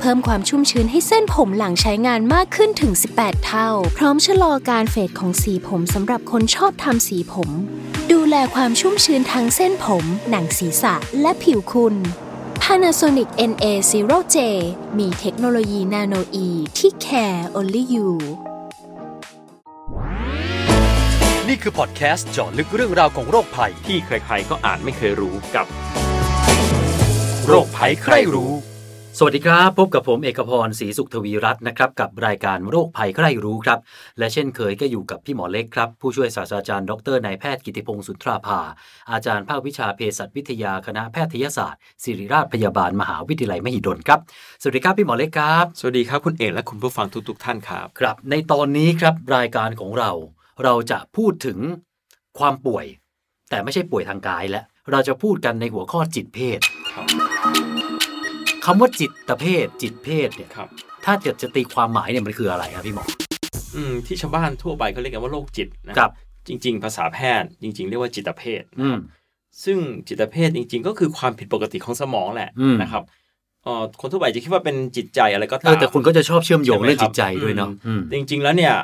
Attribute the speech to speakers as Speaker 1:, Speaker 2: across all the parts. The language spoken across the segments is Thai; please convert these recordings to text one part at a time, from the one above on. Speaker 1: เพิ่มความชุ่มชื้นให้เส้นผมหลังใช้งานมากขึ้นถึง 18 เท่า พร้อมชะลอการเฟดของสีผมสำหรับคนชอบทำสีผม ดูแลความชุ่มชื้นทั้งเส้นผม หนังศีรษะและผิวคุณ Panasonic NA0J มีเทคโนโลยีนาโนอีที่ care only you
Speaker 2: นี่คือพอดแคสต์เจาะลึกเรื่องราวของโรคภัย
Speaker 3: ที่ใครๆก็อ่านไม่เคยรู้กับ
Speaker 2: โรคภัยใครรู้
Speaker 3: สวัสดีครับ พบกับผมเอกพรศรีสุขทวีรัตน์นะครับ กับรายการโรคภัยใครรู้ครับ และเช่นเคยก็อยู่กับพี่หมอเล็กครับ ผู้ช่วยศาสตราจารย์ดรนายแพทย์กิติพงศ์สุนทราภา อาจารย์ภาควิชาเภสัชวิทยาคณะแพทยศาสตร์ ศิริราชพยาบาลมหาวิทยาลัยมหิดลครับ สวัสดีครับพี่หมอเล็กครับ
Speaker 4: สวัสดีครับ คุณเอกและคุณผู้ฟังทุกๆท่านครับ
Speaker 3: ครับในตอนนี้ครับรายการของเราเราจะพูดถึงความป่วย แต่ไม่ใช่ป่วยทางกายแล้วเราจะพูดกันในหัวข้อจิตเภท
Speaker 4: ครับ
Speaker 3: คำว่าจิตเภทจิตเภทเนี่ย
Speaker 4: ครับ
Speaker 3: ถ้าเกิดจะตีความหมายเนี่ยมันคืออะไรครับพี่หมอ
Speaker 4: อืมที่ชาวบ้านทั่วไปเขาเรียกกันว่าโรคจิตนะครับ จริง ๆ ภาษาแพทย์จริง ๆ เรียกว่าจิตเภท
Speaker 3: อืม
Speaker 4: ซึ่งจิตเภทจริง ๆ ก็คือความผิดปกติของสมองแหละ
Speaker 3: อืม
Speaker 4: นะครับเอ่อคนทั่วไปจะคิดว่าเป็นจิตใจอะไรก็
Speaker 3: เอ
Speaker 4: ตา
Speaker 3: อ
Speaker 4: ม
Speaker 3: แต่คุณก็จะชอบเชื่อมโยงเรื่องจิตใจ
Speaker 4: ใช่
Speaker 3: ด้
Speaker 4: ไหมครับ
Speaker 3: วยเนาะอืม
Speaker 4: จริง ๆ แล้วเนี่ย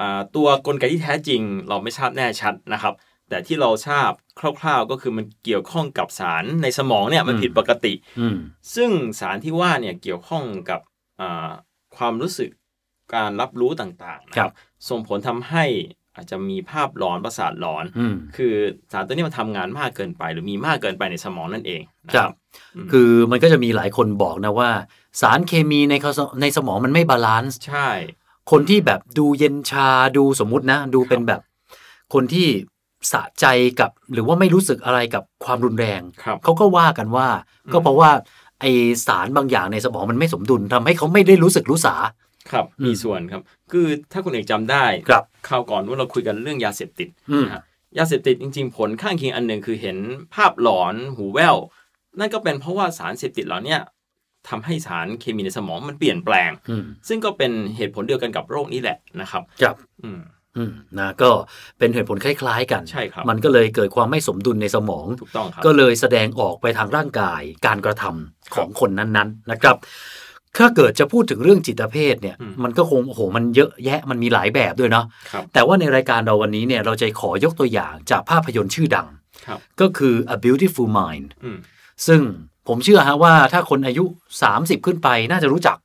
Speaker 4: อ่าตัวกลไกที่แท้จริง เราไม่ทราบแน่ชัดนะครับ แต่ที่เราทราบคร่าว ๆ ก็คือมันเกี่ยวข้องกับสารในสมองเนี่ยมันผิดปกติ
Speaker 3: อืม
Speaker 4: ซึ่งสารที่ว่าเนี่ยเกี่ยวข้องกับอ่าความรู้สึกการรับรู้ต่างๆนะครับส่งผลทำให้อาจจะมีภาพหลอนประสาทหลอน
Speaker 3: อืม
Speaker 4: คือสารตัวนี้มันทำงานมากเกินไป หรือมีมากเกินไปในสมองนั่นเองนะ
Speaker 3: ค
Speaker 4: ค
Speaker 3: รั
Speaker 4: รั
Speaker 3: บบ
Speaker 4: อืม
Speaker 3: คือมันก็จะมีหลายคนบอกนะว่า สารเคมีในเขาในสมองมันไม่บาลานซ์
Speaker 4: ใช่
Speaker 3: คนที่แบบดูเย็นชาดูสมมุตินะ ดูเป็นแบบ คนที่สะใจกับหรือว่าไม่รู้สึกอะไรกับความรุนแรง
Speaker 4: ครับ
Speaker 3: เขาก็ว่ากันว่า ก็เพราะว่าไอสารบางอย่างในสมองมันไม่สมดุลทำให้เขาไม่ได้รู้สึกรู้สา
Speaker 4: ครับ
Speaker 3: อืม
Speaker 4: มีส่วนครับ คือถ้าคุณเอกจำได้
Speaker 3: ครับ
Speaker 4: คราวก่อนนู้นเราคุยกันเรื่องยาเสพติด
Speaker 3: อืม
Speaker 4: นะฮะยาเสพติดจริง ๆ ผลข้างเคียงอันหนึ่งคือเห็นภาพหลอนหูแว่วนั่นก็เป็นเพราะว่าสารเสพติดเหล่าเนี้ทำให้สารเคมีในสมองมันเปลี่ยนแปลง
Speaker 3: อืม
Speaker 4: ซึ่งก็เป็นเหตุผลเดียวกันกับโรคนี้แหละนะครับ
Speaker 3: ครับ
Speaker 4: อืม
Speaker 3: อืมนะก็เป็นเหตุผลคล้ายๆ กัน
Speaker 4: ใช่ครับ
Speaker 3: มันก็เลยเกิดความไม่สมดุลในสมอง
Speaker 4: ถูกต้องครับ
Speaker 3: ก็เลยแสดงออกไปทางร่างกายการกระทำของคนนั้นๆนะครับ ถ้าเกิดจะพูดถึงเรื่องจิตเภทเนี่ย
Speaker 4: อืม
Speaker 3: มันก็คงโอ้โหมันเยอะแยะมันมีหลายแบบด้วยเนาะ
Speaker 4: ครับ
Speaker 3: แต่ว่าในรายการเราวันนี้เนี่ยเราจะขอยกตัวอย่างจากภาพยนตร์ชื่อดัง
Speaker 4: ครับ
Speaker 3: ก็คือ A Beautiful Mind
Speaker 4: อืม
Speaker 3: ซึ่งผมเชื่อฮะว่าถ้าคนอายุ 30 ขึ้นไปน่าจะรู้จัก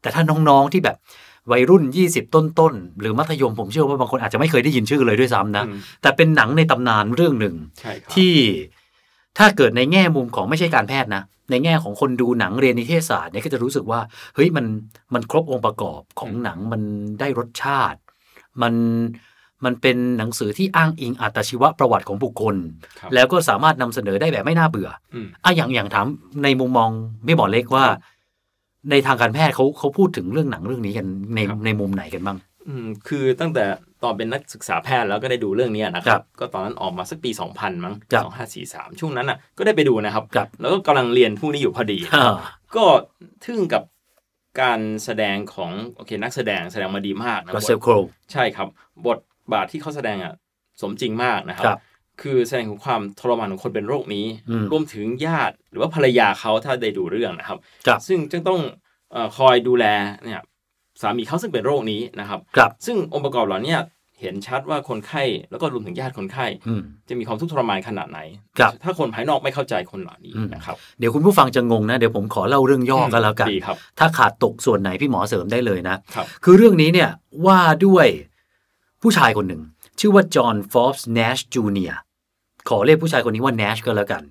Speaker 3: แต่ถ้าน้องๆที่แบบวัยรุ่น 20 ต้นๆหรือมัธยมผมเชื่อว่าบางคนอาจจะไม่เคยได้ยินชื่อเลยด้วยซ้ำนะ
Speaker 4: อืม
Speaker 3: แต่เป็นหนังในตำนานเรื่องหนึ่ง
Speaker 4: ใช่ครับ
Speaker 3: ที่ถ้าเกิดในแง่มุมของไม่ใช่การแพทย์นะ ในแง่ของคนดูหนังเรียนนิเทศศาสตร์เนี่ยก็จะรู้สึกว่าเฮ้ยมันมันครบองค์ประกอบของหนังมันได้รสชาติ มันมันเป็นหนังสือที่อ้างอิงอัตชีวประวัติของบุคคล
Speaker 4: ครับ
Speaker 3: แล้วก็สามารถนำเสนอได้แบบไม่น่าเบื่อ
Speaker 4: อืม
Speaker 3: อ่ะอย่างอย่างถามในมุมมองไม่หมอเล็กว่า
Speaker 4: ครับ
Speaker 3: ในทางการแพทย์เขาเขาพูดถึงเรื่องหนังเรื่องนี้กันใน
Speaker 4: ครับ
Speaker 3: ในมุมไหนกันบ้าง
Speaker 4: อืมคือตั้งแต่ตอนเป็นนักศึกษาแพทย์แล้วก็ได้ดูเรื่องเนี้ยนะค
Speaker 3: ครั
Speaker 4: รับ
Speaker 3: บ
Speaker 4: ก็ตอนนั้นออกมาสักปี 2000 มั้ง
Speaker 3: ครับ
Speaker 4: 2543 ช่วงนั้นอ่ะ ก็ได้ไปดูนะครับ
Speaker 3: ครับ
Speaker 4: แล้วก็กำลังเรียนพวกนี้อยู่พอดี
Speaker 3: อ่า
Speaker 4: ก็ทึ่งกับการแสดงของโอเคนักแสดงแสดงมาดีมากนะ
Speaker 3: Russell Crowe
Speaker 4: ใช่ครับ บทบาทที่เขาแสดงอ่ะสมจริงมากนะครั
Speaker 3: ครับ
Speaker 4: คือแสดงถึงความทรมานของคนเป็นโรคนี้
Speaker 3: อืม
Speaker 4: รวมถึงญาติหรือว่าภรรยาเขาถ้าได้ดูเรื่องนะครับ
Speaker 3: ครับ
Speaker 4: ซึ่งจะต้องเออคอยดูแลเนี่ยสามีเขาซึ่งเป็นโรคนี้นะครับ
Speaker 3: ครับ
Speaker 4: ซึ่งองค์ประกอบเหล่าเนี้เห็นชัดว่าคนไข้แล้วก็รวมถึงญาติคนไข้
Speaker 3: อืม
Speaker 4: จะมีความทุกข์ทรมานขนาดไหน
Speaker 3: ครับ
Speaker 4: ถ้าคนภายนอกไม่เข้าใจคนเหล่านี้
Speaker 3: อืม
Speaker 4: นะครับ
Speaker 3: เดี๋ยวคุณผู้ฟังจะงงนะ เดี๋ยวผมขอเล่าเรื่องย่อกันแล้วกัน
Speaker 4: ดีครับ
Speaker 3: ถ้าขาดตกส่วนไหนพี่หมอเสริมได้เลยนะ
Speaker 4: ครับ
Speaker 3: คือเรื่องนี้เนี่ยว่าด้วยผู้ชายคนหนึ่ง ชื่อว่าจอห์นฟอสแนชจูเนียขอเรียกผู้ชายคนนี้ว่าแนชก็แล้วกัน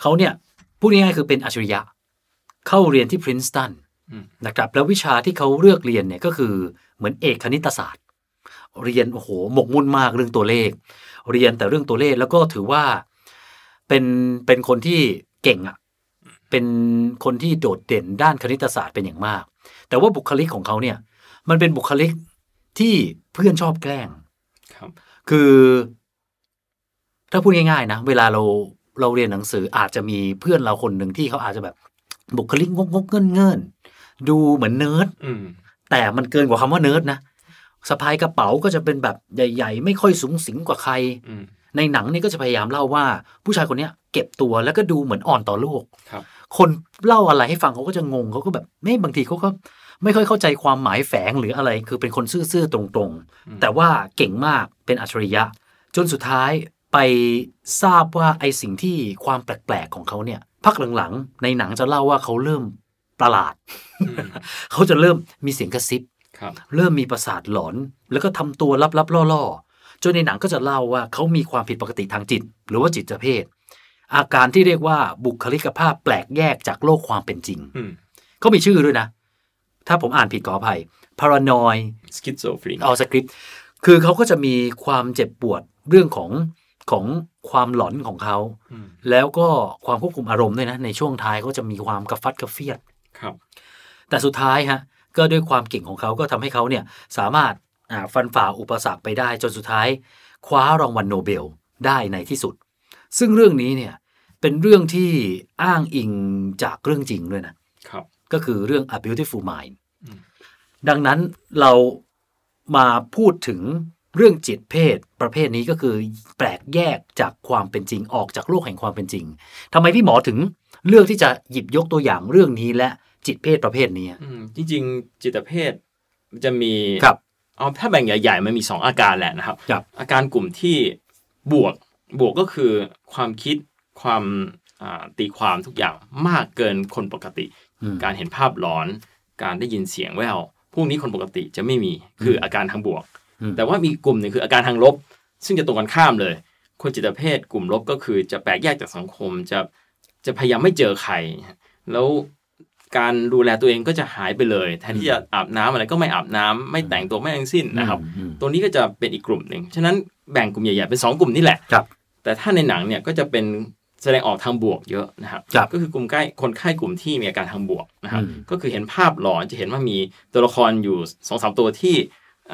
Speaker 3: เขาเนี่ยพูดง่ายๆคือเป็นอัจฉริยะ เข้าเรียนที่พรินสตันนะครับแล้ววิชาที่เขาเลือกเรียนเนี่ยก็คือเหมือนเอกคณิตศาสตร์ เรียนโอ้โหหมกมุ่นมากเรื่องตัวเลข เรียนแต่เรื่องตัวเลขแล้วก็ถือว่าเป็นเป็นคนที่เก่งอ่ะเป็นคนที่โดดเด่นด้านคณิตศาสตร์เป็นอย่างมาก แต่ว่าบุคลิกของเขาเนี่ย มันเป็นบุคลิกที่เพื่อนชอบแกล้ง
Speaker 4: ครับ
Speaker 3: คือ ถ้าพูดง่ายๆนะ เวลาเรา เราเรียนหนังสืออาจจะมีเพื่อนเราคนหนึ่งที่เขาอาจจะแบบบุคลิกงกงกเงินเงินๆดูเหมือนเนิร์ด
Speaker 4: อืม
Speaker 3: แต่มันเกินกว่าคำว่าเนิร์ดนะสะพายกระเป๋าก็จะเป็นแบบใหญ่ ๆ ไม่ค่อยสูงสิงกว่าใคร
Speaker 4: อืม
Speaker 3: ในหนังนี่ก็จะพยายามเล่าว่าผู้ชายคนเนี้ยเก็บตัวแล้วก็ดูเหมือนอ่อนต่อโลก
Speaker 4: ครับ
Speaker 3: นเล่าอะไรให้ฟังเขาก็จะงงเขาก็แบบไม่บางทีเขาก็ไม่ค่อยเข้าใจความหมายแฝงหรืออะไร คือเป็นคนซื่อๆตรงๆ แต่ว่าเก่งมากเป็นอัจฉริยะ จนสุดท้ายไปทราบว่าไอสิ่งที่ความแปลกๆของเขาเนี่ยพักหลังๆ ในหนังจะเล่าว่าเขาเริ่มประหลาด
Speaker 4: อืม
Speaker 3: เขาจะเริ่มมีเสียงกระซิบ
Speaker 4: ครับ
Speaker 3: เริ่มมีประสาทหลอน แล้วก็ทำตัวลับๆล่อๆ จนในหนังก็จะเล่าว่าเขามีความผิดปกติทางจิต หรือว่าจิตเภท อาการที่เรียกว่าบุคลิกภาพแปลกแยกจากโลกความเป็นจริง
Speaker 4: อืม
Speaker 3: เขามีชื่อด้วยนะ ถ้าผมอ่านผิดขออภัย paranoid
Speaker 4: สคิดโซฟรี
Speaker 3: ออสคริปต์คือเขาก็จะมีความเจ็บปวดเรื่องของของความหลอนของเขา
Speaker 4: อืม
Speaker 3: แล้วก็ความควบคุมอารมณ์ด้วยนะ ในช่วงท้ายเขาจะมีความกระฟัดกระเฟียด
Speaker 4: ครับ
Speaker 3: แต่สุดท้ายฮะก็ด้วยความเก่งของเขาก็ทำให้เขาเนี่ยสามารถอ่าฟันฝ่าอุปสรรคไปได้จนสุดท้าย คว้ารางวัลโนเบลได้ในที่สุด ซึ่งเรื่องนี้เนี่ยเป็นเรื่องที่อ้างอิงจากเรื่องจริงด้วยนะ
Speaker 4: ครับ
Speaker 3: ก็คือเรื่อง A Beautiful Mind
Speaker 4: อืม
Speaker 3: ดังนั้นเรามาพูดถึงเรื่องจิตเพศประเภทนี้ก็คือแปลกแยกจากความเป็นจริงออกจากโลกแห่งความเป็นจริงทำไมพี่หมอถึงเลือกที่จะหยิบยกตัวอย่างเรื่องนี้และจิตเพศประเภทนี้อะ
Speaker 4: อืมจริงๆ จิตเภทมันจะมี
Speaker 3: ครับ
Speaker 4: เอาถ้าแบ่งใหญ่ๆ มันมี 2 อาการแหละนะครับ
Speaker 3: ครับ
Speaker 4: อาการกลุ่มที่บวกบวกก็คือความคิดความอ่าตีความทุกอย่างมากเกินคนปกติ
Speaker 3: อืม
Speaker 4: การเห็นภาพหลอน การได้ยินเสียงแว่วพวกนี้คนปกติจะไม่มีคืออาการทางบวก
Speaker 3: อืม
Speaker 4: แต่ว่ามีกลุ่มหนึ่งคืออาการทางลบ ซึ่งจะตรงกันข้ามเลย คนจิตเภทกลุ่มลบก็คือจะแปลกแยกจากสังคมจะจะพยายามไม่เจอใคร แล้วการดูแลตัวเองก็จะหายไปเลยแทนที่จะอาบน้ำอะไรก็ไม่อาบน้ำไม่แต่งตัวไม่อะไรทั้งสิ้นนะครับ
Speaker 3: อืม
Speaker 4: ตรงนี้ก็จะเป็นอีกกลุ่มหนึ่ง ฉะนั้นแบ่งกลุ่มใหญ่ๆเป็น 2 กลุ่มนี่แหละ
Speaker 3: ครับ
Speaker 4: แต่ถ้าในหนังเนี่ยก็จะเป็นแสดงออกทางบวกเยอะนะครับ
Speaker 3: ครับ
Speaker 4: ก็คือกลุ่มใกล้คนไข้กลุ่มที่มีอาการทางบวกนะครับ
Speaker 3: อืม
Speaker 4: ก็คือเห็นภาพหลอนจะเห็นว่ามีตัวละครอยู่สองสามตัวที่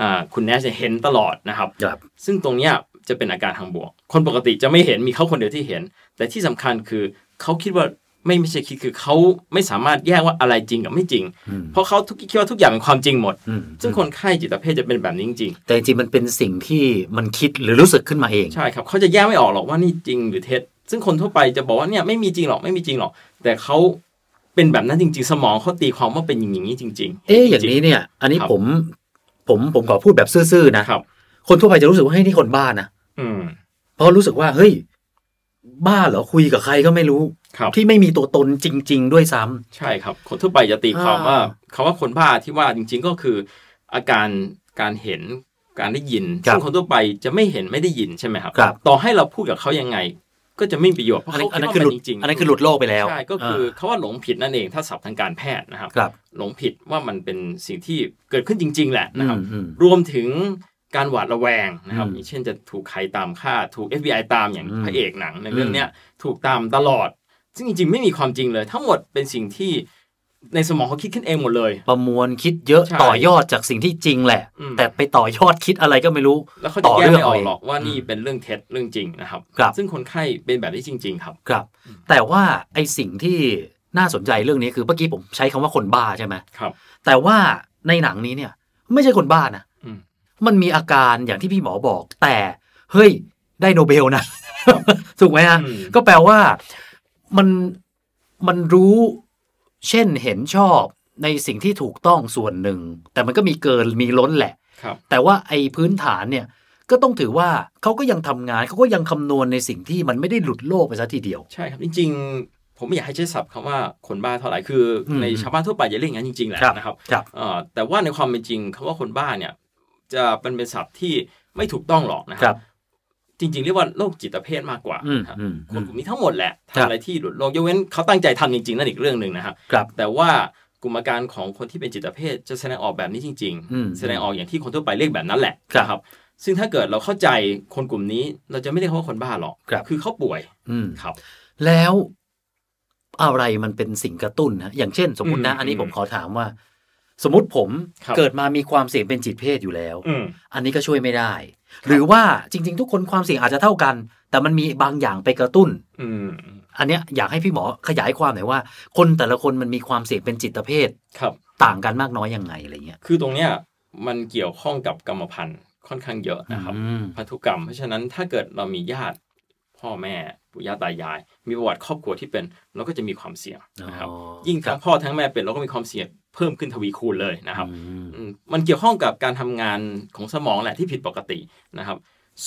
Speaker 4: อ่าคุณแนชเนี่ยเห็นตลอดนะครับ
Speaker 3: ครับ
Speaker 4: ซึ่งตรงเนี้ยจะเป็นอาการทางบวก คนปกติจะไม่เห็นมีเขาคนเดียวที่เห็น แต่ที่สำคัญคือเขาคิดว่าไม่ไม่ใช่คิดคือเขาไม่สามารถแยกว่าอะไรจริงกับไม่จริง
Speaker 3: อืม
Speaker 4: เพราะเขาทุกคิดว่าทุกอย่างเป็นความจริงหมด
Speaker 3: อืม
Speaker 4: ซึ่งคนไข้จิตเภทจะเป็นแบบนี้จริง
Speaker 3: แต่จริงๆมันเป็นสิ่งที่มันคิดหรือรู้สึกขึ้นมาเอง
Speaker 4: ๆใช่ครับเขาจะแยกไม่ออกหรอกว่านี่จริงหรือเท็จ ซึ่งคนทั่วไปจะบอกว่าเนี่ยไม่มีจริงหรอกไม่มีจริงหรอก แต่เขาเป็นแบบนั้นจริง ๆ สมองเขาตีความว่าเป็นอย่างนี้จริง ๆ
Speaker 3: เอ๊ะอย่างนี้เนี่ย อันนี้
Speaker 4: ครับ
Speaker 3: ผมผมผมขอพูดแบบซื่อๆนะ
Speaker 4: ครับ
Speaker 3: คนทั่วไปจะรู้สึกว่าเฮ้ยนี่คนบ้านะ
Speaker 4: อืม
Speaker 3: เพราะรู้สึกว่าเฮ้ยบ้าเหรอคุยกับใครก็ไม่รู้
Speaker 4: ครับ
Speaker 3: ที่ไม่มีตัวตนจริง ๆ ด้วยซ้ำ
Speaker 4: ใช่ครับ คนทั่วไปจะตีความ
Speaker 3: อ่า
Speaker 4: ว่าคำว่าคนบ้าที่ว่าจริง ๆ ก็คือ อาการการเห็นการได้ยินซึ่งคนทั่วไปจะไม่เห็นไม่ได้ยินใช่ไหมครับ
Speaker 3: ครับ
Speaker 4: ต่อให้เราพูดกับเขายังไง ก็จะไม่มีประโยชน์เพราะ
Speaker 3: อันนั้น
Speaker 4: เขา
Speaker 3: อันนั้นคือห
Speaker 4: คิดว่ามั
Speaker 3: ลุด
Speaker 4: นจริงๆ
Speaker 3: อันนั้นคือหลุดโลกไปแล้ว
Speaker 4: ใช่ก็คืออา เขาว่าหลงผิดนั่นเองถ้าศัพท์ทางการแพทย์นะครับ
Speaker 3: ครับ
Speaker 4: หลงผิดว่ามันเป็นสิ่งที่เกิดขึ้นจริง ๆ แหละ
Speaker 3: อื
Speaker 4: นะค
Speaker 3: ม
Speaker 4: รับ
Speaker 3: อืม
Speaker 4: รวมถึงการหวาดระแวงนะครับ
Speaker 3: อืม
Speaker 4: อย่างเช่นจะถูกใครตามฆ่าถูก FBI ตามอย่าง
Speaker 3: อืม
Speaker 4: พระเอกหนังในเรื่องเนี้ยถูกตามตลอด ซึ่งจริงๆ ไม่มีความจริงเลย ทั้งหมดเป็นสิ่งที่ในสมองเขาคิดขึ้นเองหมดเลย
Speaker 3: ประมวลคิดเยอะ
Speaker 4: ใช่
Speaker 3: ต่อยอดจากสิ่งที่จริงแหละ
Speaker 4: อืม
Speaker 3: แต่ไปต่อยอดคิดอะไรก็ไม่รู้
Speaker 4: แล้วเขาจะแยกไม่ออกห
Speaker 3: ต่อ
Speaker 4: รอก
Speaker 3: เรื่องเอาเอง
Speaker 4: ว่านี่เป็นเรื่องเท็จเรื่องจริงนะครับ
Speaker 3: ครับ
Speaker 4: ซึ่งคนไข้เป็นแบบนี้จริง ๆ ครับ
Speaker 3: ครับ แต่ว่าไอสิ่งที่น่าสนใจเรื่องนี้คือเมื่อกี้ผมใช้คำว่าคนบ้าใช่ไหม
Speaker 4: ครับ
Speaker 3: แต่ว่าในหนังนี้เนี่ยไม่ใช่คนบ้านะ
Speaker 4: อืม
Speaker 3: มันมีอาการอย่างที่พี่หมอบอก แต่เฮ้ยได้โนเบล นะ ถูกไหมฮะ
Speaker 4: อืม
Speaker 3: ก็แปลว่ามันมันรู้เช่นเห็นชอบในสิ่งที่ถูกต้องส่วนหนึ่ง แต่มันก็มีเกินมีล้นแหละ
Speaker 4: ครับ
Speaker 3: แต่ว่าไอ้พื้นฐานเนี่ยก็ต้องถือว่าเขาก็ยังทำงานเขาก็ยังคำนวณในสิ่งที่มันไม่ได้หลุดโลกไปซะทีเดียว
Speaker 4: ใช่ครับจริง ๆ ผมไม่อยากให้ใช้ศัพท์คำว่าคนบ้าเท่าไหร่คืออ
Speaker 3: ม
Speaker 4: ในชาวบ้านทั่วไปจะเรียกอย่างนั้นจริงๆแหละนะครับ
Speaker 3: ครับ
Speaker 4: เอ่อแต่ว่าในความเป็นจริงคำว่าคนบ้าเนี่ยจะเป็นเป็นศัพท์ที่ไม่ถูกต้องหรอกนะค
Speaker 3: ครั
Speaker 4: รับ จริง ๆ เรียกว่าโรคจิตเภทมากกว่า
Speaker 3: อืม
Speaker 4: ครับ
Speaker 3: อืม
Speaker 4: ค
Speaker 3: อื
Speaker 4: น
Speaker 3: ม
Speaker 4: กลุ่มนี้ทั้งหมดแหละ
Speaker 3: ครับ
Speaker 4: ทำอะไรที่หลุดโลกยกเว้นเขาตั้งใจทำจริงๆนั่นอีกเรื่องหนึ่งนะครับ
Speaker 3: ครับ
Speaker 4: แต่ว่ากลุ่มอาการของคนที่เป็นจิตเภทจะแสดงออกแบบนี้จริง
Speaker 3: อืม
Speaker 4: ๆ แสดงออกอย่างที่คนทั่วไปเรียกแบบนั้นแหละ
Speaker 3: ครับ
Speaker 4: นะซึ่งถ้าเกิดเราเข้าใจคนกลุ่มนี้ เราจะไม่เรียกเขาว่าคนบ้าหรอก
Speaker 3: ครับ
Speaker 4: อเขาป่วย
Speaker 3: อืม
Speaker 4: ครับ
Speaker 3: แล้วอะไรมันเป็นสิ่งกระตุ้นนะอย่างเช่น สมมตินะ
Speaker 4: อืม
Speaker 3: อันนี้ผม
Speaker 4: อืม
Speaker 3: ขอถามว่า สมมติผม
Speaker 4: ครับ
Speaker 3: เกิดมามีความเสี่ยงเป็นจิตเภทอยู่แล้ว
Speaker 4: อืม
Speaker 3: อันนี้ก็ช่วยไม่ได้ หรือว่าจริง ๆ ทุกคนความเสี่ยงอาจจะเท่ากัน แต่มันมีบางอย่างไปกระตุ้น
Speaker 4: อืม
Speaker 3: อันเนี้ยอยากให้พี่หมอขยายความหน่อยว่า คนแต่ละคนมันมีความเสี่ยงเป็นจิตเภท
Speaker 4: ครับ
Speaker 3: ต่างกันมากน้อยยังไงอะไรเงี้ย
Speaker 4: คือตรงเนี้ยมันเกี่ยวข้องกับกรรมพันธุ์ค่อนข้างเยอะนะครับ
Speaker 3: อืม
Speaker 4: พันธุกรรม เพราะฉะนั้นถ้าเกิดเรามีญาติพ่อแม่ปู่ย่าตายาย มีประวัติครอบครัวที่เป็นเราก็จะมีความเสี่ยงนะครับ
Speaker 3: อ๋อ
Speaker 4: ยิ่ง
Speaker 3: ครั
Speaker 4: ทั้งพ่อทั้งแม่เป็นเราก็มีความเสี่ยงเพิ่มขึ้นทวีคูณเลยนะครับ
Speaker 3: อืม
Speaker 4: อืมมันเกี่ยวข้องกับการทำงานของสมองแหละที่ผิดปกตินะครับ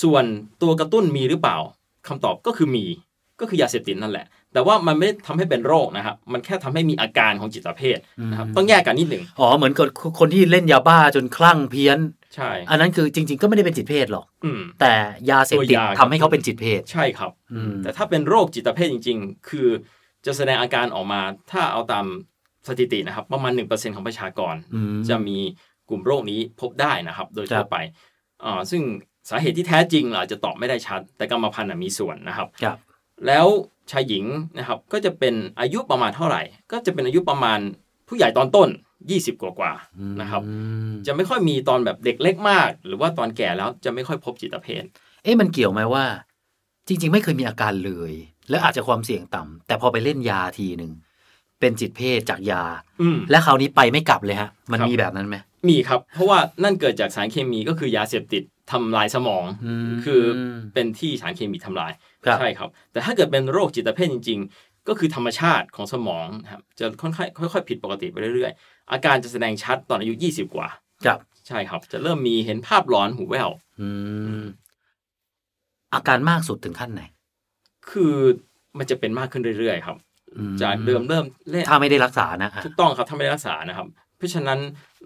Speaker 4: ส่วนตัวกระตุ้นมีหรือเปล่าคำตอบก็คือมีก็คือยาเสพติดนั่นแหละ แต่ว่ามันไม่ได้ทำให้เป็นโรคนะครับ มันแค่ทำให้มีอาการของจิตเภทนะครับต้องแยกกันนิดหนึ่ง
Speaker 3: อ๋อเหมือนกับคนที่เล่นยาบ้าจนคลั่งเพี้ยน
Speaker 4: ใช่
Speaker 3: อันนั้นคือจริง ๆ ก็ไม่ได้เป็นจิตเภทหรอก
Speaker 4: อืม
Speaker 3: แต่ยาเสพติด
Speaker 4: ตัวยา
Speaker 3: ทำให้เขาเป็นจิตเภท
Speaker 4: ใช่ครับ
Speaker 3: อืม
Speaker 4: แต่ถ้าเป็นโรคจิตเภทจริง ๆ คือจะแสดงอาการออกมา ถ้าเอาตามสถิตินะครับ ประมาณ 1%ของประชากร
Speaker 3: อืม
Speaker 4: จะมีกลุ่มโรคนี้พบได้นะครับ โดย
Speaker 3: ครั
Speaker 4: ทั่ว
Speaker 3: บ
Speaker 4: ไปอ่าซึ่งสาเหตุที่แท้จริงเราอาจจะตอบไม่ได้ชัด แต่กรรมพันธุ์น่ะมีส่วนนะครับ
Speaker 3: ครับ
Speaker 4: แล้วชายหญิงนะครับก็จะเป็นอายุประมาณเท่าไหร่ ก็จะเป็นอายุประมาณผู้ใหญ่ตอนต้น 20 กว่ากว่าๆนะครับ
Speaker 3: อืม
Speaker 4: จะไม่ค่อยมีตอนแบบเด็กเล็กมาก หรือว่าตอนแก่แล้วจะไม่ค่อยพบจิตเภท
Speaker 3: เอ๊ะมันเกี่ยวไหมว่า จริง ๆ ไม่เคยมีอาการเลย และอาจจะความเสี่ยงต่ำแต่พอไปเล่นยาทีหนึ่งเป็นจิตเภทจากยา
Speaker 4: อืม
Speaker 3: และคราวนี้ไปไม่กลับเลยฮะ มัน
Speaker 4: ครับ
Speaker 3: มีแบบนั้นไหม
Speaker 4: มีครับ เพราะว่านั่นเกิดจากสารเคมีก็คือยาเสพติดทำลายสมอง
Speaker 3: อืม
Speaker 4: คือเป็นที่สารเคมีทำลาย
Speaker 3: ครับ
Speaker 4: ใช่ครับ แต่ถ้าเกิดเป็นโรคจิตเภทจริง ๆ ก็คือธรรมชาติของสมองนะครับจะค่อนข้างค่อยๆ ผิดปกติไปเรื่อยๆ อาการจะแสดงชัดตอนอายุ 20 กว่า
Speaker 3: ครับ
Speaker 4: ใช่ครับ จะเริ่มมีเห็นภาพหลอนหูแว่ว
Speaker 3: อืม อาการมากสุดถึงขั้นไหน
Speaker 4: คือมันจะเป็นมากขึ้นเรื่อยๆ ครับ
Speaker 3: อื
Speaker 4: จากเดิมเริ่มเล่น
Speaker 3: ถ้าไม่ได้รักษานะอ่ะ
Speaker 4: ถูกต้องครับถ้าไม่ได้รักษานะครับ เพราะฉะนั้น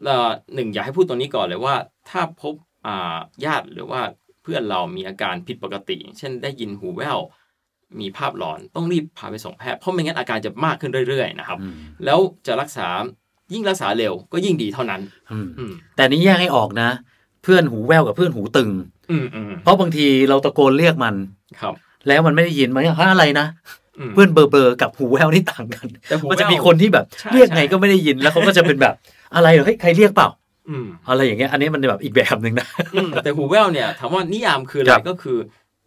Speaker 4: เอ่อหนึ่งอยากให้พูดตรงนี้ก่อนเลยว่า ถ้าพบอ่าญาติหรือว่าเพื่อนเรามีอาการผิดปกติ เช่นได้ยินหูแว่วมีภาพหลอนต้องรีบพาไปส่งแพทย์เพราะไม่งั้นอาการจะมากขึ้นเรื่อยๆนะครับ
Speaker 3: อืม
Speaker 4: แล้วจะรักษายิ่งรักษาเร็วก็ยิ่งดีเท่านั้น
Speaker 3: อืม
Speaker 4: อืม
Speaker 3: แต่นี้แยกให้ออกนะ เพื่อนหูแว่วกับเพื่อนหูตึง
Speaker 4: อืมอืม
Speaker 3: เพราะบางทีเราตะโกนเรียกมัน
Speaker 4: ครับ
Speaker 3: แล้วมันไม่ได้ยินมันก็ฮะอะไรนะ
Speaker 4: ม
Speaker 3: เพื่อนเบอร์เบอร์กับหูแว่วนี่ต่างกัน
Speaker 4: แต่หูแว่ว
Speaker 3: มันจะมีคนที่แบบ
Speaker 4: ใช่
Speaker 3: เรียกไง
Speaker 4: ใช่
Speaker 3: ก็ไม่ได้ยินแล้วเขาก็จะเป็นแบบ อะไรเหรอเฮ้ยใครเรียกเปล่า
Speaker 4: อืม
Speaker 3: อะไรอย่างเงี้ยอันนี้มันแบบอีกแบบหนึ่งนะ
Speaker 4: อืมแต่หูแว่วเนี่ยถามว่านิยามคืออะไร
Speaker 3: ครับ
Speaker 4: ก็คือ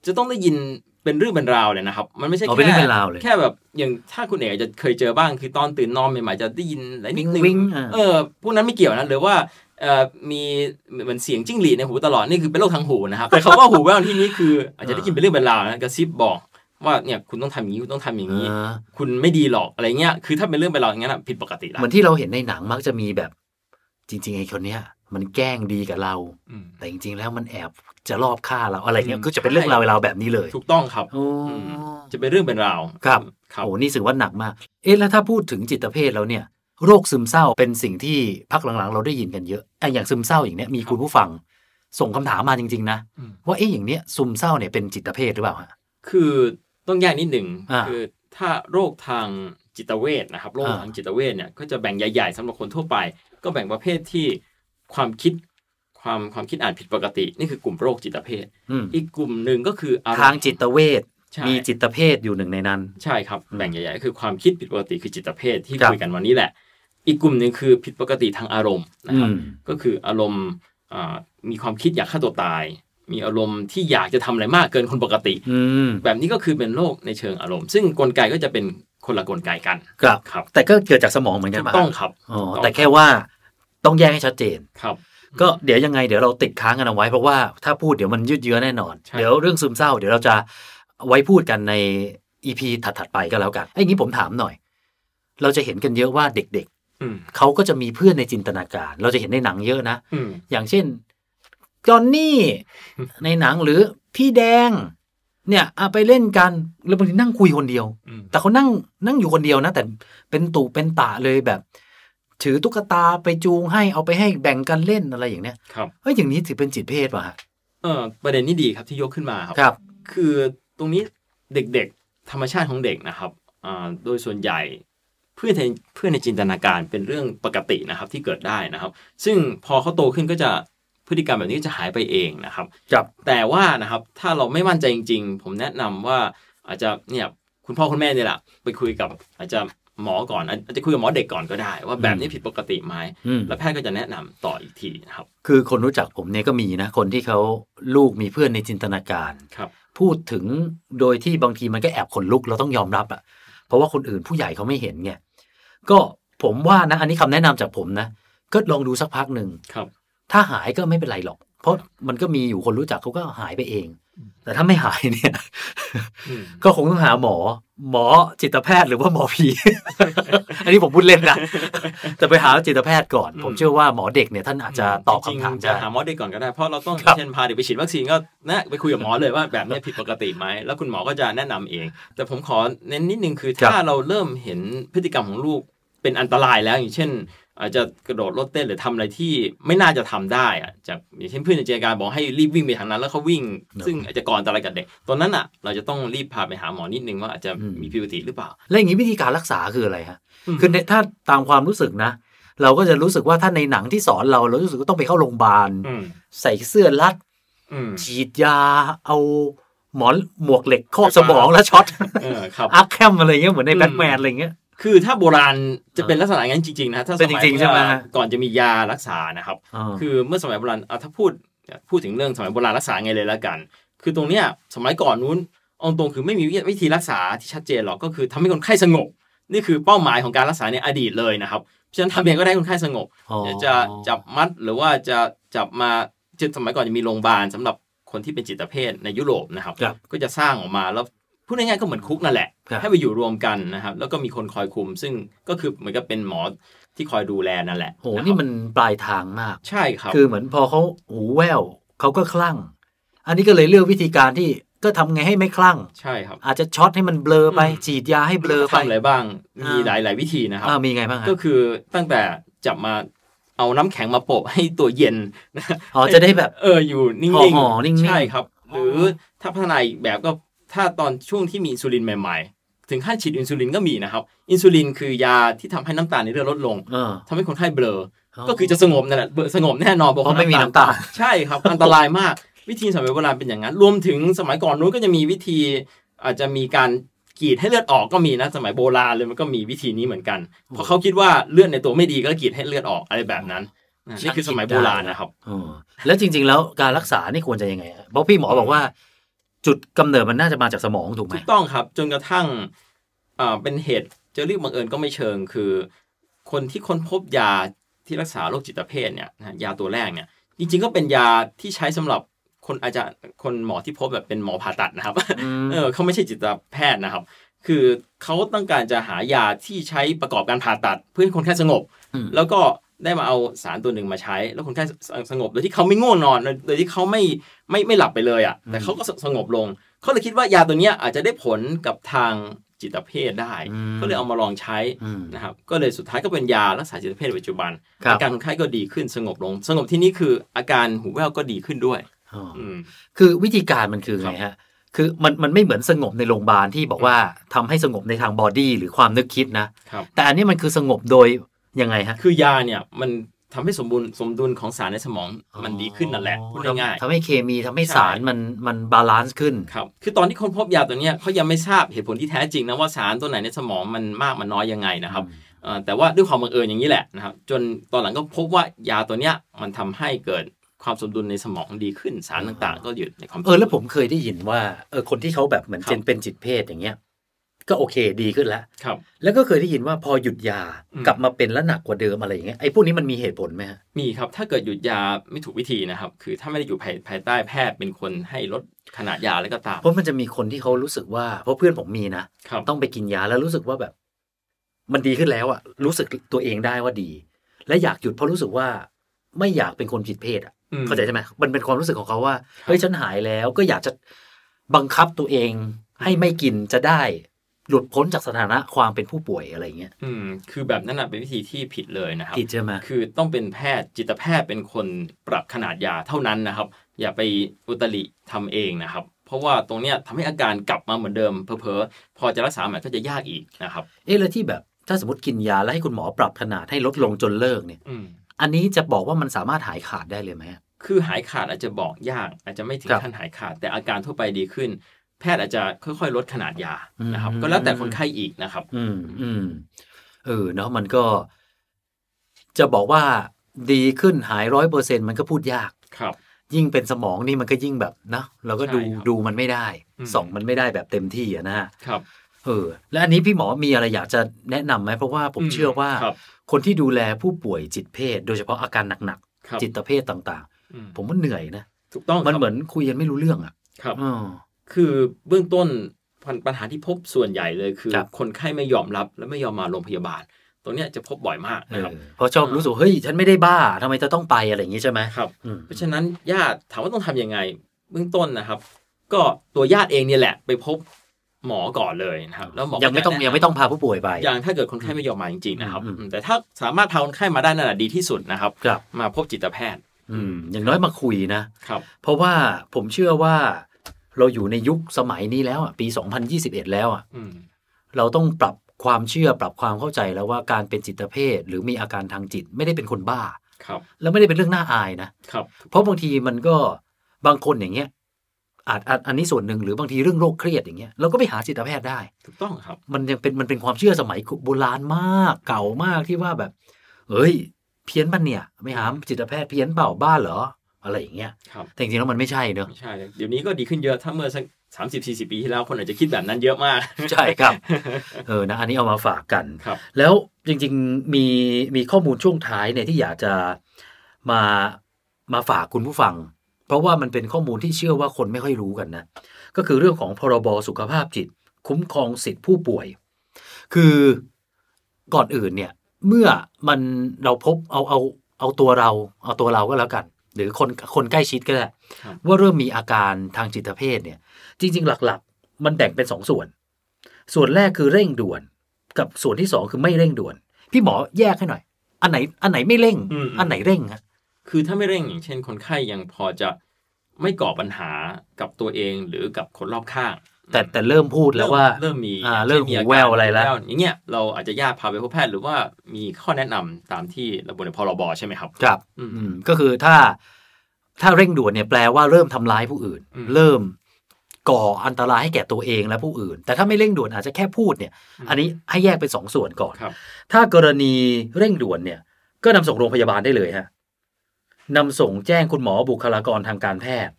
Speaker 4: จะต้องได้ยินเป็นเรื่องเป็นราวเลยนะครับ มันไม่ใช่
Speaker 3: อ๋อ
Speaker 4: แค่
Speaker 3: เป็นเรื่องเป็นราวเลย
Speaker 4: แค่แบบอย่างถ้าคุณเอกจะเคยเจอบ้างคือตอนตื่นนอนใหม่ๆจะได้ยินอะไรนิดนึ
Speaker 3: วิ่งๆอ่า
Speaker 4: เออพวกนั้นไม่เกี่ยวนะหรือว่าเอ่อมีเหมือนเสียงจิ้งหรีดในหูตลอดนี่คือเป็นโรคทางหูนะครับ แต่คำว่าหูแว่วที่นี้คืออาจจะได้ยินเป็นเรื่องเป็นราวนะกระซิบบอกว่าเนี่ยคุณต้องทำอย่างนี้คุณต้องทำอย่างนี้
Speaker 3: เออ
Speaker 4: คุณไม่ดีหรอกอะไรเงี้ยคือถ้าเป็นเรื่องเป็นราวอย่างนั้นอะผิดปกติละ
Speaker 3: เหมือนที่เราเห็นในหนังมักจะมีแบบ จริง ๆ ไอ้คนเนี้ย มันแกล้งดีกับเรา
Speaker 4: อืม
Speaker 3: แต่จริง ๆ แล้วมันแอบจะรอบฆ่าเราอะไรเงี้ย
Speaker 4: อืม
Speaker 3: ก็จะเป็นเรื่องราวเวลาวแบบนี้เลย
Speaker 4: ถูกต้องครับ
Speaker 3: โอ้
Speaker 4: อืม จะเป็นเรื่องเป็นราว
Speaker 3: ครับ
Speaker 4: ครับ
Speaker 3: โอ้นี่ถือว่าหนักมาก เอ๊ะแล้วถ้าพูดถึงจิตเภทแล้วเนี่ย โรคซึมเศร้าเป็นสิ่งที่พักหลังๆ เราได้ยินกันเยอะไอ้อย่างซึมเศร้าอย่างเนี้ยมีคุณผู้ฟัง ส่งคำถามมาจริง ๆ นะ
Speaker 4: อืม
Speaker 3: ว่าเอ๊ะอย่างเนี้ยซึมเศร้าเนี่ยเป็นจิตเภทหรือเปล่าฮะ
Speaker 4: คือต้องแยกนิดหนึ่ง
Speaker 3: อ่า
Speaker 4: คือถ้าโรคทางจิตเวชนะครับ โรค
Speaker 3: อ่า
Speaker 4: ทางจิตเวชเนี่ยก็จะแบ่งใหญ่ๆสำหรับคนทั่วไป ก็แบ่งประเภทที่ความคิดความความคิดอ่านผิดปกติ นี่คือกลุ่มโรคจิตเภท
Speaker 3: อืม
Speaker 4: อีกกลุ่มหนึ่งก็คืออารมณ์
Speaker 3: ทางจิตเวช
Speaker 4: ใช่
Speaker 3: มีจิตเภทอยู่หนึ่งในนั้น
Speaker 4: ใช่ครับแบ่งใหญ่ๆก็คือความคิดผิดปกติคือจิตเภทที่
Speaker 3: ครับ
Speaker 4: คุยกันวันนี้แหละ อีกกลุ่มหนึ่งคือผิดปกติทางอารมณ์นะ
Speaker 3: อื
Speaker 4: ครับ
Speaker 3: ม
Speaker 4: ก็คืออารมณ์อ่ามีความคิดอยากฆ่าตัวตาย มีอารมณ์ที่อยากจะทำอะไรมากเกินคนปกติ
Speaker 3: อืม
Speaker 4: แบบนี้ก็คือเป็นโรคในเชิงอารมณ์ ซึ่งกลไกก็จะเป็นคนละกลไกกัน
Speaker 3: ครับ
Speaker 4: ครับ
Speaker 3: แต่ก็เกิดจากสมองเหมือนกั
Speaker 4: ถู
Speaker 3: น
Speaker 4: ก
Speaker 3: ป่ะ
Speaker 4: ต้องครับ
Speaker 3: อ๋อ
Speaker 4: ถูกอง
Speaker 3: แต่แค่ว่าต้องแยกให้ชัดเจน
Speaker 4: ครับ
Speaker 3: ก็เดี๋ยวยังไงเดี๋ยวเราติดค้างกันเอาไว้เพราะว่าถ้าพูดเดี๋ยวมันยืดเยื้อแน่นอน
Speaker 4: ใช่
Speaker 3: เดี๋ยวเรื่องซึมเศร้า เดี๋ยวเราจะไว้พูดกันในอีพีถัดๆไปก็แล้วกันไอ้ยงี้ผมถามหน่อย เราจะเห็นกันเยอะว่าเด็ก
Speaker 4: อืม
Speaker 3: ๆเขาก็จะมีเพื่อนในจินตนาการ เราจะเห็นในหนังเยอะนะ
Speaker 4: อืม
Speaker 3: อย่างเช่นจอน นี่ ในหนังหรือพี่แดง เนี่ยเอาไปเล่นกันแล้วบางทีนั่งคุยคนเดียว
Speaker 4: อืม
Speaker 3: แต่เขานั่งนั่งอยู่คนเดียวนะ แต่เป็นตู่เป็นตาเลยแบบ ถือตุ๊กตาไปจูงให้เอาไปให้แบ่งกันเล่นอะไรอย่างเนี้ย
Speaker 4: ครับ
Speaker 3: เฮ้ยอย่างนี้ถือเป็นจิตเภทป่ะฮะ
Speaker 4: เออประเด็นนี้ดีครับที่ยกขึ้นมาครับ
Speaker 3: ครับ
Speaker 4: คือตรงนี้เด็กๆ ธรรมชาติของเด็กนะครับอ่าโดยส่วนใหญ่เพื่อนในเพื่อนในจินตนาการเป็นเรื่องปกตินะครับที่เกิดได้นะครับ ซึ่งพอเขาโตขึ้นก็จะพฤติกรรมแบบนี้จะหายไปเองนะครับ
Speaker 3: ครับ
Speaker 4: แต่ว่านะครับถ้าเราไม่มั่นใจจริง ๆ ผมแนะนำว่าอาจจะเนี่ยคุณพ่อคุณแม่เนี่ยแหละไปคุยกับอาจจะหมอก่อนอาจอาจจะคุยกับหมอเด็กก่อนก็ได้ ว่าแบบนี้ผิดปกติไหม
Speaker 3: อืม
Speaker 4: แล้วแพทย์ก็จะแนะนำต่ออีกทีนะครับ
Speaker 3: คือคนรู้จักผมเนี่ยก็มีนะ คนที่เขาลูกมีเพื่อนในจินตนาการ
Speaker 4: ครับ
Speaker 3: พูดถึงโดยที่บางทีมันก็แอบขนลุกเราต้องยอมรับอะเพราะว่าคนอื่นผู้ใหญ่เขาไม่เห็นไงก็ผมว่านะ อันนี้คำแนะนำจากผมนะ ก็ลองดูสักพักหนึ่ง
Speaker 4: ครับ
Speaker 3: ถ้าหายก็ไม่เป็นไรหรอก เพราะมันก็มีอยู่คนรู้จักเขาก็หายไปเอง แต่ถ้าไม่หายเนี่ย
Speaker 4: อืม
Speaker 3: ก็คงต้องหาหมอ หมอจิตแพทย์หรือว่าหมอผี อันนี้ผมพูดเล่นนะ แต่ไปหาจิตแพทย์ก่อน
Speaker 4: อืม
Speaker 3: ผมเชื่อว่าหมอเด็กเนี่ยท่านอาจจะตอบคำถาม
Speaker 4: จริงๆ
Speaker 3: ได้
Speaker 4: จะหาหมอเด็กก่อนก็ได้ เพราะเราต้อง
Speaker 3: ครับ
Speaker 4: เช่นพาเด็กไปฉีดวัคซีนก็นะไปคุยกับหมอเลยว่าแบบเนี้ยผิดปกติไหมแล้วคุณหมอก็จะแนะนำเอง แต่ผมขอเน้นนิดนึงคือถ้าเราเริ่มเห็นพฤติกรรมของลูกเป็นอันตรายแล้วอย่างเช่น อาจจะกระโดดรถเต้นหรือทำอะไรที่ไม่น่าจะทำได้อะจากอย่างเช่นเพื่อนในเจรการบอกให้รีบวิ่งไปทางนั้นแล้วเขาวิ่ง ซึ่งอาจจะก่ออันตรายกับเด็กตอนนั้นอ่ะ เราจะต้องรีบพาไปหาหมอนิดนึงว่าอาจจะมีพิวติหรือเปล่า
Speaker 3: แล้วอย่างนี้วิธีการรักษาคืออะไรฮะ
Speaker 4: อืม
Speaker 3: คือเนี่ยถ้าตามความรู้สึกนะ เราก็จะรู้สึกว่าถ้าในหนังที่สอนเราเรารู้สึกว่าต้องไปเข้าโรงพยาบาล
Speaker 4: อืม
Speaker 3: ใส่เสื้อรัด
Speaker 4: อืม
Speaker 3: ฉีดยา เอาหมอนหมวกเหล็กครอบส มองแล้วช็อต
Speaker 4: เอ อครับ
Speaker 3: อาร์แคมอะไรเงี้ยเหมือนใน
Speaker 4: อืม
Speaker 3: แบทแมนอะไรเงี้ย
Speaker 4: คือถ้าโบราณจะเป็นลักษณะอย่างนั้นจริงๆนะถ้าส
Speaker 3: เป็นจ
Speaker 4: มัย
Speaker 3: ริงๆใช่ไหมฮะ
Speaker 4: ก่อนจะมียารักษานะครับ
Speaker 3: อ่า
Speaker 4: คือเมื่อสมัยโบราณอ่ะถ้าพูดพูดถึงเรื่องสมัยโบราณรักษาไงเลยละกัน คือตรงเนี้ยสมัยก่อนนู้นเอาตรงคือไม่มีวิธีรักษาที่ชัดเจนหรอกก็คือทำให้คนไข้สงบ นี่คือเป้าหมายของการรักษาในอดีตเลยนะครับเพราะฉะนั้นทำยังไงก็ได้ให้คนไข้สงบ
Speaker 3: อ๋อ
Speaker 4: จะจับมัดหรือว่าจะจับมาจะสมัยก่อนจะมีโรงพยาบาลสำหรับคนที่เป็นจิตเภทในยุโรปนะครับ
Speaker 3: ครับ
Speaker 4: ก็จะสร้างออกมาแล้วพูดง่ายๆก็เหมือนคุกนั่นแหละ
Speaker 3: ครับ
Speaker 4: ให้ไปอยู่รวมกันนะครับ แล้วก็มีคนคอยคุม ซึ่งก็คือเหมือนกับเป็นหมอที่คอยดูแลนั่นแหละ
Speaker 3: โหนี่มันปลายทางมาก
Speaker 4: ใช่ครับ
Speaker 3: คือเหมือนพอเขาหูแว่วเขาก็คลั่ง อันนี้ก็เลยเลือกวิธีการที่ก็ทำไงให้ไม่คลั่ง
Speaker 4: ใช่ครับ
Speaker 3: อาจจะช็อตให้มันเบลอไป
Speaker 4: อืม
Speaker 3: ฉีดยาให้เบลอไป
Speaker 4: ทำอะไรบ้าง
Speaker 3: อ่ามี
Speaker 4: มีหลายหลายๆวิธีนะครั
Speaker 3: อ่า
Speaker 4: บ
Speaker 3: มีไงบ้างฮะ
Speaker 4: ก็คือตั้งแต่จับมาเอาน้ำแข็งมาโปะให้ตัวเย็นนะ
Speaker 3: อ๋อจะได้แบบ
Speaker 4: เอออยู่นิ่ง
Speaker 3: ห่อๆนิ่งๆ
Speaker 4: ใช่ครับ หรือถ้าพัฒนาอีกแบบก็ถ้าตอนช่วงที่มีอินซูลินใหม่ ๆ ถึงขั้นฉีดอินซูลินก็มีนะครับ อินซูลินคือยาที่ทำให้น้ำตาลในเลือดลดลง
Speaker 3: า
Speaker 4: ทำให้คนไข้เบลออก็คือจะสงบนั่นแหละเบลอสงบแน่นอนเพราะ
Speaker 3: เพราะไม่มีน้ำตาล
Speaker 4: ใช่ครับ อันตรายมากวิธีสมัยโบราณเป็นอย่างนั้น รวมถึงสมัยก่อนนู้นก็จะมีวิธี อาจจะมีการกรีดให้เลือดออกก็มีนะสมัยโบราณเลยมันก็มีวิธีนี้เหมือนกัน เพราะเขาคิดว่าเลือดในตัวไม่ดีก็กรีดให้เลือดออกอะไรแบบนั้นนะนี่คือสมัยโบราณนะครับ
Speaker 3: อ๋อแล้วจริง ๆ แล้วการรักษานี่ควรจะยังไงฮะเพราะพี่หมอบอกว่า จุดกำเนิดมันน่าจะมาจากสมองถูกไหม
Speaker 4: ถูกต้องครับจนกระทั่งอ่าเป็นเหตุจะเรียกบังเอิญก็ไม่เชิงคือ คนที่ค้นพบยาที่รักษาโรคจิตเภทเนี่ยนะยาตัวแรกเนี่ยจริงๆก็เป็นยาที่ใช้สำหรับคนอาจารย์คนหมอที่พบแบบเป็นหมอผ่าตัดนะครับ
Speaker 3: อืม
Speaker 4: เออเขาไม่ใช่จิตแพทย์นะครับ คือเขาต้องการจะหายาที่ใช้ประกอบการผ่าตัด เพื่อให้คนไข้สงบ แล้วก็ได้มาเอาสารตัวหนึ่งมาใช้ แล้วคนไข้สสงบโดยที่เขาไม่ง่วงนอน โดยที่เขาไม่ไม่ไม่หลับไปเลยอ่ะแต่เขาก็สสงบลง เขาเลยคิดว่ายาตัวเนี้ยอาจจะได้ผลกับทางจิตเภทได้
Speaker 3: อืม
Speaker 4: ก็เลยเอามาลองใช้
Speaker 3: อืม
Speaker 4: นะครับก็เลยสุดท้ายก็เป็นยารักษาจิตเภทปัจจุบัน
Speaker 3: ครับ
Speaker 4: อาการคนไข้ก็ดีขึ้นสงบลง สงบที่นี่คืออาการหูแว่วก็ดีขึ้นด้วย
Speaker 3: อ๋อ
Speaker 4: อืม
Speaker 3: คือวิธีการมันคือไงฮะ คือมันมันไม่เหมือนสงบในโรงพยาบาลที่บอกว่าทำให้สงบในทางบอดี้หรือความนึกคิดนะ
Speaker 4: ครับ
Speaker 3: แต่อันนี้มันคือสงบโดยยังไงฮะ
Speaker 4: คือยาเนี่ยมันทำให้สมบูรณ์สมดุลของสารในสมองมันดีขึ้นนั่นแหละพูดง่าย
Speaker 3: ทำ
Speaker 4: ๆ
Speaker 3: ทำให้เคมีทำให้
Speaker 4: ใช่
Speaker 3: สารมันมันบาลานซ์ขึ้น
Speaker 4: ครับ คือตอนที่ค้นพบยาตัวเนี้ยเขายังไม่ทราบเหตุผลที่แท้จริงนะว่าสารตัวไหนในสมองมันมากมันน้อยยังไงนะครับเอ่อแต่ว่าด้วยความบังเอิญอย่างนี้แหละนะครับ จนตอนหลังก็พบว่ายาตัวเนี้ยมันทำให้เกิดความสมดุลในสมองดีขึ้นสารต่างๆ ก็หยุดในความสดุ
Speaker 3: เออแล้วผมเคยได้ยินว่าเออคนที่เขาแบบเหมือน
Speaker 4: ครับ
Speaker 3: เจนเป็นจิตเภทอย่างเงี้ย ก็โอเคดีขึ้นแล้ว
Speaker 4: ครับ
Speaker 3: แล้วก็เคยได้ยินว่าพอหยุดยา
Speaker 4: อืม
Speaker 3: กลับมาเป็นแล้วหนักกว่าเดิมอะไรอย่างเงี้ยไอ้พวกนี้มันมีเหตุผลไหมฮะ
Speaker 4: มีครับ ถ้าเกิดหยุดยาไม่ถูกวิธีนะครับ คือถ้าไม่ได้อยู่ภายภายใต้แพทย์เป็นคนให้ลดขนาดยาแล้วก็ตาม
Speaker 3: เพราะมันจะมีคนที่เขารู้สึกว่าเพราะเพื่อนผมมีนะ
Speaker 4: ครับ
Speaker 3: ต้องไปกินยาแล้วรู้สึกว่าแบบ มันดีขึ้นแล้วอะรู้สึกตัวเองได้ว่าดี และอยากหยุดเพราะรู้สึกว่าไม่อยากเป็นคนผิดเพศอะ
Speaker 4: อืม
Speaker 3: เข้าใจใช่ไหมมันเป็นความรู้สึกของเขาว่าเฮ้ยฉันหายแล้วก็อยากจะบังคับตัวเอง ให้ไม่กินจะได้ หลุดพ้นจากสถานะความเป็นผู้ป่วยอะไรเงี้ย
Speaker 4: อืมคือแบบนั้นนะเป็นวิธีที่ผิดเลยนะครับ
Speaker 3: ผิดใช่ไหม
Speaker 4: คือต้องเป็นแพทย์จิตแพทย์เป็นคนปรับขนาดยาเท่านั้นนะครับ อย่าไปอุตริทำเองนะครับ เพราะว่าตรงเนี้ยทำให้อาการกลับมาเหมือนเดิมเพอๆพอจะรักษาใหม่ก็จะยากอีกนะครับ
Speaker 3: เอ๊ะแล้วที่แบบ ถ้าสมมติกินยาแล้วให้คุณหมอปรับขนาดให้ลดลงจนเลิกเนี่ย
Speaker 4: อืม
Speaker 3: อันนี้จะบอกว่ามันสามารถหายขาดได้เลยไหม
Speaker 4: คือหายขาดอาจจะบอกยาก อาจจะไม่ถึง
Speaker 3: ครับ
Speaker 4: ขั้นหายขาด แต่อาการทั่วไปดีขึ้น แพทย์อาจจะค่อยๆ ลดขนาดยานะครับ ก็แล้วแต่คนไข้อีกนะครับ
Speaker 3: อืมอืมเออเนาะมันก็ จะบอกว่าดีขึ้นหายร้อยเปอร์เซ็นมันก็พูดยาก
Speaker 4: ครับ
Speaker 3: ยิ่งเป็นสมองนี่มันก็ยิ่งแบบนะเราก็ดู
Speaker 4: ใช่ครับ
Speaker 3: ดูมันไม่ได้
Speaker 4: อืม
Speaker 3: ส่องมันไม่ได้แบบเต็มที่อะนะฮะ
Speaker 4: ครับ
Speaker 3: เออและอันนี้พี่หมอมีอะไรอยากจะแนะนำไหมเพราะว่าผม
Speaker 4: อืม
Speaker 3: เชื่อว่า
Speaker 4: ครับ
Speaker 3: คนที่ดูแลผู้ป่วยจิตเภท โดยเฉพาะอาการหนัก
Speaker 4: ครับ
Speaker 3: ๆจิตเภทต่าง
Speaker 4: อื
Speaker 3: ๆ ผมว่าเหนื่อยนะ
Speaker 4: ถูกต้อง
Speaker 3: มัน
Speaker 4: ครับ
Speaker 3: เหมือนคุยกันไม่รู้เรื่องอ่ะ
Speaker 4: ครับ
Speaker 3: เออ
Speaker 4: คือเบื้องต้นปัญปัญหาที่พบส่วนใหญ่เลยคือ
Speaker 3: ครับ
Speaker 4: คนไข้ไม่ยอมรับและไม่ยอมมาโรงพยาบาล ตรงเนี้ยจะพบบ่อยมาก
Speaker 3: เอ
Speaker 4: นะ
Speaker 3: อ
Speaker 4: ครับ
Speaker 3: เพราะชอบรู้สึกเฮ้ยฉันไม่ได้บ้าทำไมจะต้องไปอะไรอย่างงี้ใช่ไหม
Speaker 4: ครับ
Speaker 3: อืม
Speaker 4: เพราะฉะนั้นญาติถามว่าต้องทำยังไง เบื้องต้นนะครับ ก็ตัวญาติเองเนี่ยแหละ ไปพบหมอก่อนเลยนะครับแล้วหมอก็
Speaker 3: ยังไม่ต้อง
Speaker 4: จะแนะนำ
Speaker 3: ยังไม่ต้องพาผู้ป่วยไป
Speaker 4: อย่างถ้าเกิดคนไข้ไม่ยอมมาจริงๆนะครับ
Speaker 3: อืมอืม
Speaker 4: แต่ถ้าสามารถพาคนไข้มาได้นั่นแหละดีที่สุดนะครับ
Speaker 3: ครับ
Speaker 4: มาพบจิตแพทย์
Speaker 3: อืม อย่างน้อยมาคุยนะ
Speaker 4: ครับ
Speaker 3: เพราะว่าผมเชื่อว่าเราอยู่ในยุคสมัยนี้แล้วอ่ะปี 2021 แล้วอ่ะ
Speaker 4: อืม
Speaker 3: เราต้องปรับความเชื่อปรับความเข้าใจแล้วว่าการเป็นจิตเภทหรือมีอาการทางจิตไม่ได้เป็นคนบ้า
Speaker 4: ครับ
Speaker 3: แล้วไม่ได้เป็นเรื่องน่าอายนะ
Speaker 4: ครับ
Speaker 3: เพราะบางทีมันก็บางคนอย่างเงี้ยอาจอาจอันนี้ส่วนหนึ่งหรือบางทีเรื่องโรคเครียดอย่างเงี้ยเราก็ไปหาจิตแพทย์ได้
Speaker 4: ถูกต้องครับ
Speaker 3: มันยังเป็นมันเป็นความเชื่อสมัยโบราณมากเก่ามากที่ว่าแบบ เอ้ย เพี้ยนมันเนี่ยไม่หามจิตแพทย์เพี้ยนเปล่าบ้าเหรอ อะไรอย่างเงี้ย
Speaker 4: ครับ
Speaker 3: แต่จริงๆแล้วมันไม่ใช่เนอะ
Speaker 4: ไม่ใช่เดี๋ยวนี้ก็ดีขึ้นเยอะถ้าเมื่อสักสามสิบสี่สิบปีที่แล้วคนอาจจะคิดแบบนั้นเยอะมาก
Speaker 3: ใช่ครับ เออนะอันนี้เอามาฝากกัน
Speaker 4: ครับ
Speaker 3: แล้วจริงๆมีมีข้อมูลช่วงท้ายเนี่ยที่อยากจะมามาฝากคุณผู้ฟัง เพราะว่ามันเป็นข้อมูลที่เชื่อว่าคนไม่ค่อยรู้กันนะ ก็คือเรื่องของพรบสุขภาพจิต คุ้มครองสิทธิผู้ป่วย คือก่อนอื่นเนี่ยเมื่อมันเราพบเอาเอาเอาตัวเรา เอาตัวเราก็แล้วกัน หรือคนคนใกล้ชิดก็ได้
Speaker 4: ครับ
Speaker 3: ว่าเริ่มมีอาการทางจิตเภทเนี่ย จริง ๆ หลักๆ มันแบ่งเป็นสองส่วน ส่วนแรกคือเร่งด่วน กับส่วนที่สองคือไม่เร่งด่วน พี่หมอแยกให้หน่อย อันไหนอันไหนไม่เร่ง
Speaker 4: อืม
Speaker 3: อันไหนเร่งฮะ
Speaker 4: คือถ้าไม่เร่งอย่างเช่น คนไข้ยังพอจะไม่ก่อปัญหากับตัวเองหรือกับคนรอบข้าง
Speaker 3: แต่แต่เริ่มพูดแล้วว่า
Speaker 4: เริ่มมี
Speaker 3: อ่าเริ่มหู
Speaker 4: ช่น
Speaker 3: แววอะไรแล้ว
Speaker 4: หูอย่างเงี้ยเราอาจจะญาติพาไปพบแพทย์หรือว่ามีข้อแนะนำตามที่ระบุในพรบใช่ไหมครับ
Speaker 3: ครับ
Speaker 4: อืม
Speaker 3: อืมก็คือถ้าถ้าเร่งด่วนเนี่ยแปลว่าเริ่มทำร้ายผู้อื่น
Speaker 4: อืม
Speaker 3: เริ่มก่ออันตรายให้แก่ตัวเองและผู้อื่น แต่ถ้าไม่เร่งด่วนอาจจะแค่พูดเนี่ย
Speaker 4: อืม
Speaker 3: อันนี้ให้แยกเป็นสองส่วนก่อน
Speaker 4: ครับ
Speaker 3: ถ้ากรณีเร่งด่วนเนี่ย ก็นำส่งโรงพยาบาลได้เลยฮะนำส่งแจ้งคุณหมอบุคลากรทางการแพทย์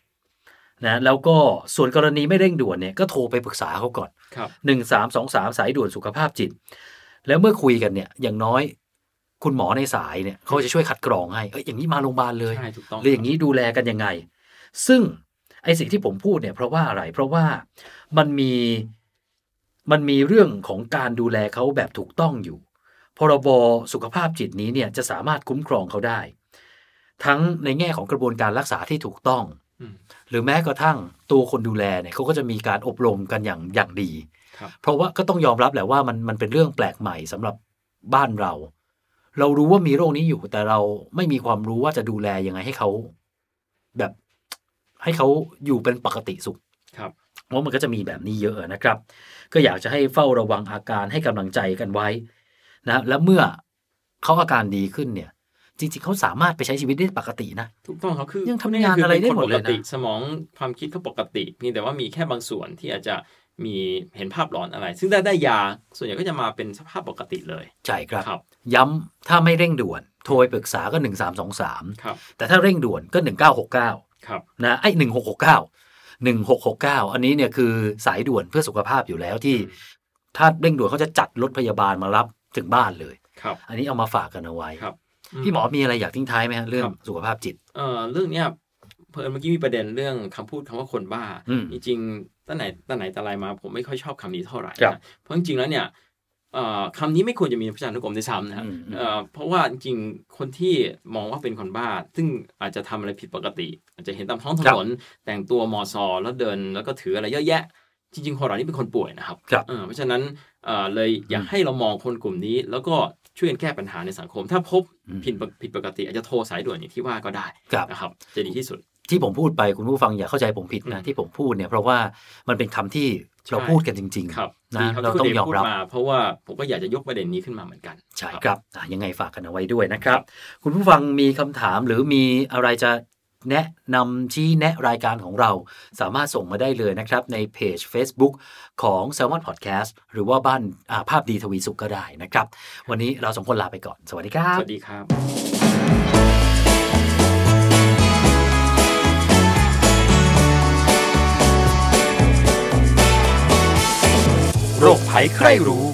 Speaker 3: นะแล้วก็ส่วนกรณีไม่เร่งด่วนเนี่ยก็โทรไปปรึกษาเขาก่อน
Speaker 4: ครับ
Speaker 3: หนึ่งสามสองสามสายด่วนสุขภาพจิต แล้วเมื่อคุยกันเนี่ย อย่างน้อยคุณหมอในสายเนี่ยเขาจะช่วยคัดกรองให้เอ้ยอย่างนี้มาโรงพยาบาลเลย
Speaker 4: ใช่ถูกต้อง
Speaker 3: หรืออย่างนี้ดูแลกันยังไง ซึ่งไอสิ่งที่ผมพูดเนี่ยเพราะว่าอะไร เพราะว่ามันมีมันมีเรื่องของการดูแลเขาแบบถูกต้องอยู่ พรบสุขภาพจิตนี้เนี่ยจะสามารถคุ้มครองเขาได้ ทั้งในแง่ของกระบวนการรักษาที่ถูกต้อง
Speaker 4: อืม
Speaker 3: หรือแม้กระทั่งตัวคนดูแลเนี่ยเขาก็จะมีการอบรมกันอย่างอย่างดี
Speaker 4: ครับ
Speaker 3: เพราะว่าก็ต้องยอมรับแหละว่ามันมันเป็นเรื่องแปลกใหม่สำหรับบ้านเรา เรารู้ว่ามีโรคนี้อยู่ แต่เราไม่มีความรู้ว่าจะดูแลยังไงให้เขา แบบให้เขาอยู่เป็นปกติสุข
Speaker 4: ครับ
Speaker 3: เพราะมันก็จะมีแบบนี้เยอะนะครับ ก็อยากจะให้เฝ้าระวังอาการให้กำลังใจกันไว้นะและเมื่อเขาอาการดีขึ้นเนี่ย จริง ๆเขาสามารถไปใช้ชีวิตได้ปกตินะ
Speaker 4: ถูกต้องครับคือ
Speaker 3: ยังทำงาน
Speaker 4: คื
Speaker 3: อะไรได้
Speaker 4: ป็ค
Speaker 3: หมดเลยนะ
Speaker 4: ปกติสมองความคิดเขาปกติเพียงแต่ว่ามีแค่บางส่วนที่อาจจะมีเห็นภาพหลอนอะไร ซึ่งได้ได้ยาส่วนใหญ่ก็จะมาเป็นสภาพปกติเลย
Speaker 3: ใช่ครับ
Speaker 4: ครับ
Speaker 3: ย้ำถ้าไม่เร่งด่วน โทรไปปรึกษาก็ 1323
Speaker 4: ครับ
Speaker 3: แต่ถ้าเร่งด่วนก็ 1969
Speaker 4: ครับ
Speaker 3: นะไอ้1669 1669 อันนี้เนี่ยคือสายด่วนเพื่อสุขภาพอยู่แล้วที่ ถ้าเร่งด่วนเขาจะจัดรถพยาบาลมารับถึงบ้านเลย
Speaker 4: ครับ
Speaker 3: อันนี้เอามาฝากกันเอาไว้
Speaker 4: ครับ
Speaker 3: พี่หมอมีอะไรอยากทิ้งท้ายไหมฮะเรื่อง
Speaker 4: ครับ
Speaker 3: สุขภาพจิต
Speaker 4: เอ่อเรื่องเนี้ยเพิ่นเมื่อกี้มีประเด็นเรื่องคำพูดคำว่าคนบ้า
Speaker 3: อืม
Speaker 4: จริงๆตั้งไหนตั้งไหนแต่ไรมา ผมไม่ค่อยชอบคำนี้เท่าไหร่
Speaker 3: ครับ
Speaker 4: นะเพราะจริงๆแล้วเนี่ยเอ่อคำนี้ไม่ควรจะมีในพจนานุกรมด้วยซ้ำนะครับ
Speaker 3: อืมอืม
Speaker 4: เอ่อเพราะว่าจริงๆคนที่มองว่าเป็นคนบ้า ซึ่งอาจจะทำอะไรผิดปกติ อาจจะเห็นตามท้องถนนแต่งตัวมอซอแล้วเดินแล้วก็ถืออะไรเยอะแยะ จริงๆคนเหล่านี้เป็นคนป่วยนะครับ
Speaker 3: ครับ
Speaker 4: เออเพราะฉะนั้นเอ่อเลยอยากให้เรามองคนกลุ่มนี้ แล้วก็ช่วยกันแก้ปัญหาในสังคม ถ้าพบ
Speaker 3: อืม
Speaker 4: ผิดปกผิดปกติอาจจะโทรสายด่วนอย่างที่ว่าก็ได้
Speaker 3: ครับ
Speaker 4: นะครับจะดีที่สุด
Speaker 3: ที่ผมพูดไปคุณผู้ฟังอย่าเข้าใจผมผิดนะ
Speaker 4: อืม
Speaker 3: ที่ผมพูดเนี่ยเพราะว่ามันเป็นคำที่
Speaker 4: ใช่
Speaker 3: เราพูดกันจริง
Speaker 4: ครับ
Speaker 3: ๆนะ
Speaker 4: ดีคบ
Speaker 3: เราต้
Speaker 4: ที่
Speaker 3: อง
Speaker 4: คุณเดช
Speaker 3: ยอม
Speaker 4: พูด
Speaker 3: รับ
Speaker 4: มา เพราะว่าผมก็อยากจะยกประเด็นนี้ขึ้นมาเหมือนกัน
Speaker 3: ใช่ครับอ่ะยังไงฝากกันเอาไว้ด้วยนะครับ คุณผู้ฟังมีคำถามหรือมีอะไรจะแนะนำชี้แนะรายการของเรา สามารถส่งมาได้เลยนะครับ ในเพจ Facebook ของ s ซ l m o n Podcast หรือว่าบ้านอ่าภาพดีทวีสุขก็ได้นะครับ วันนี้เราสองคนลาไปก่อน สวัสดีครั
Speaker 4: ส
Speaker 3: บ
Speaker 4: วัสดีครับ
Speaker 5: โรคภัยใครรู้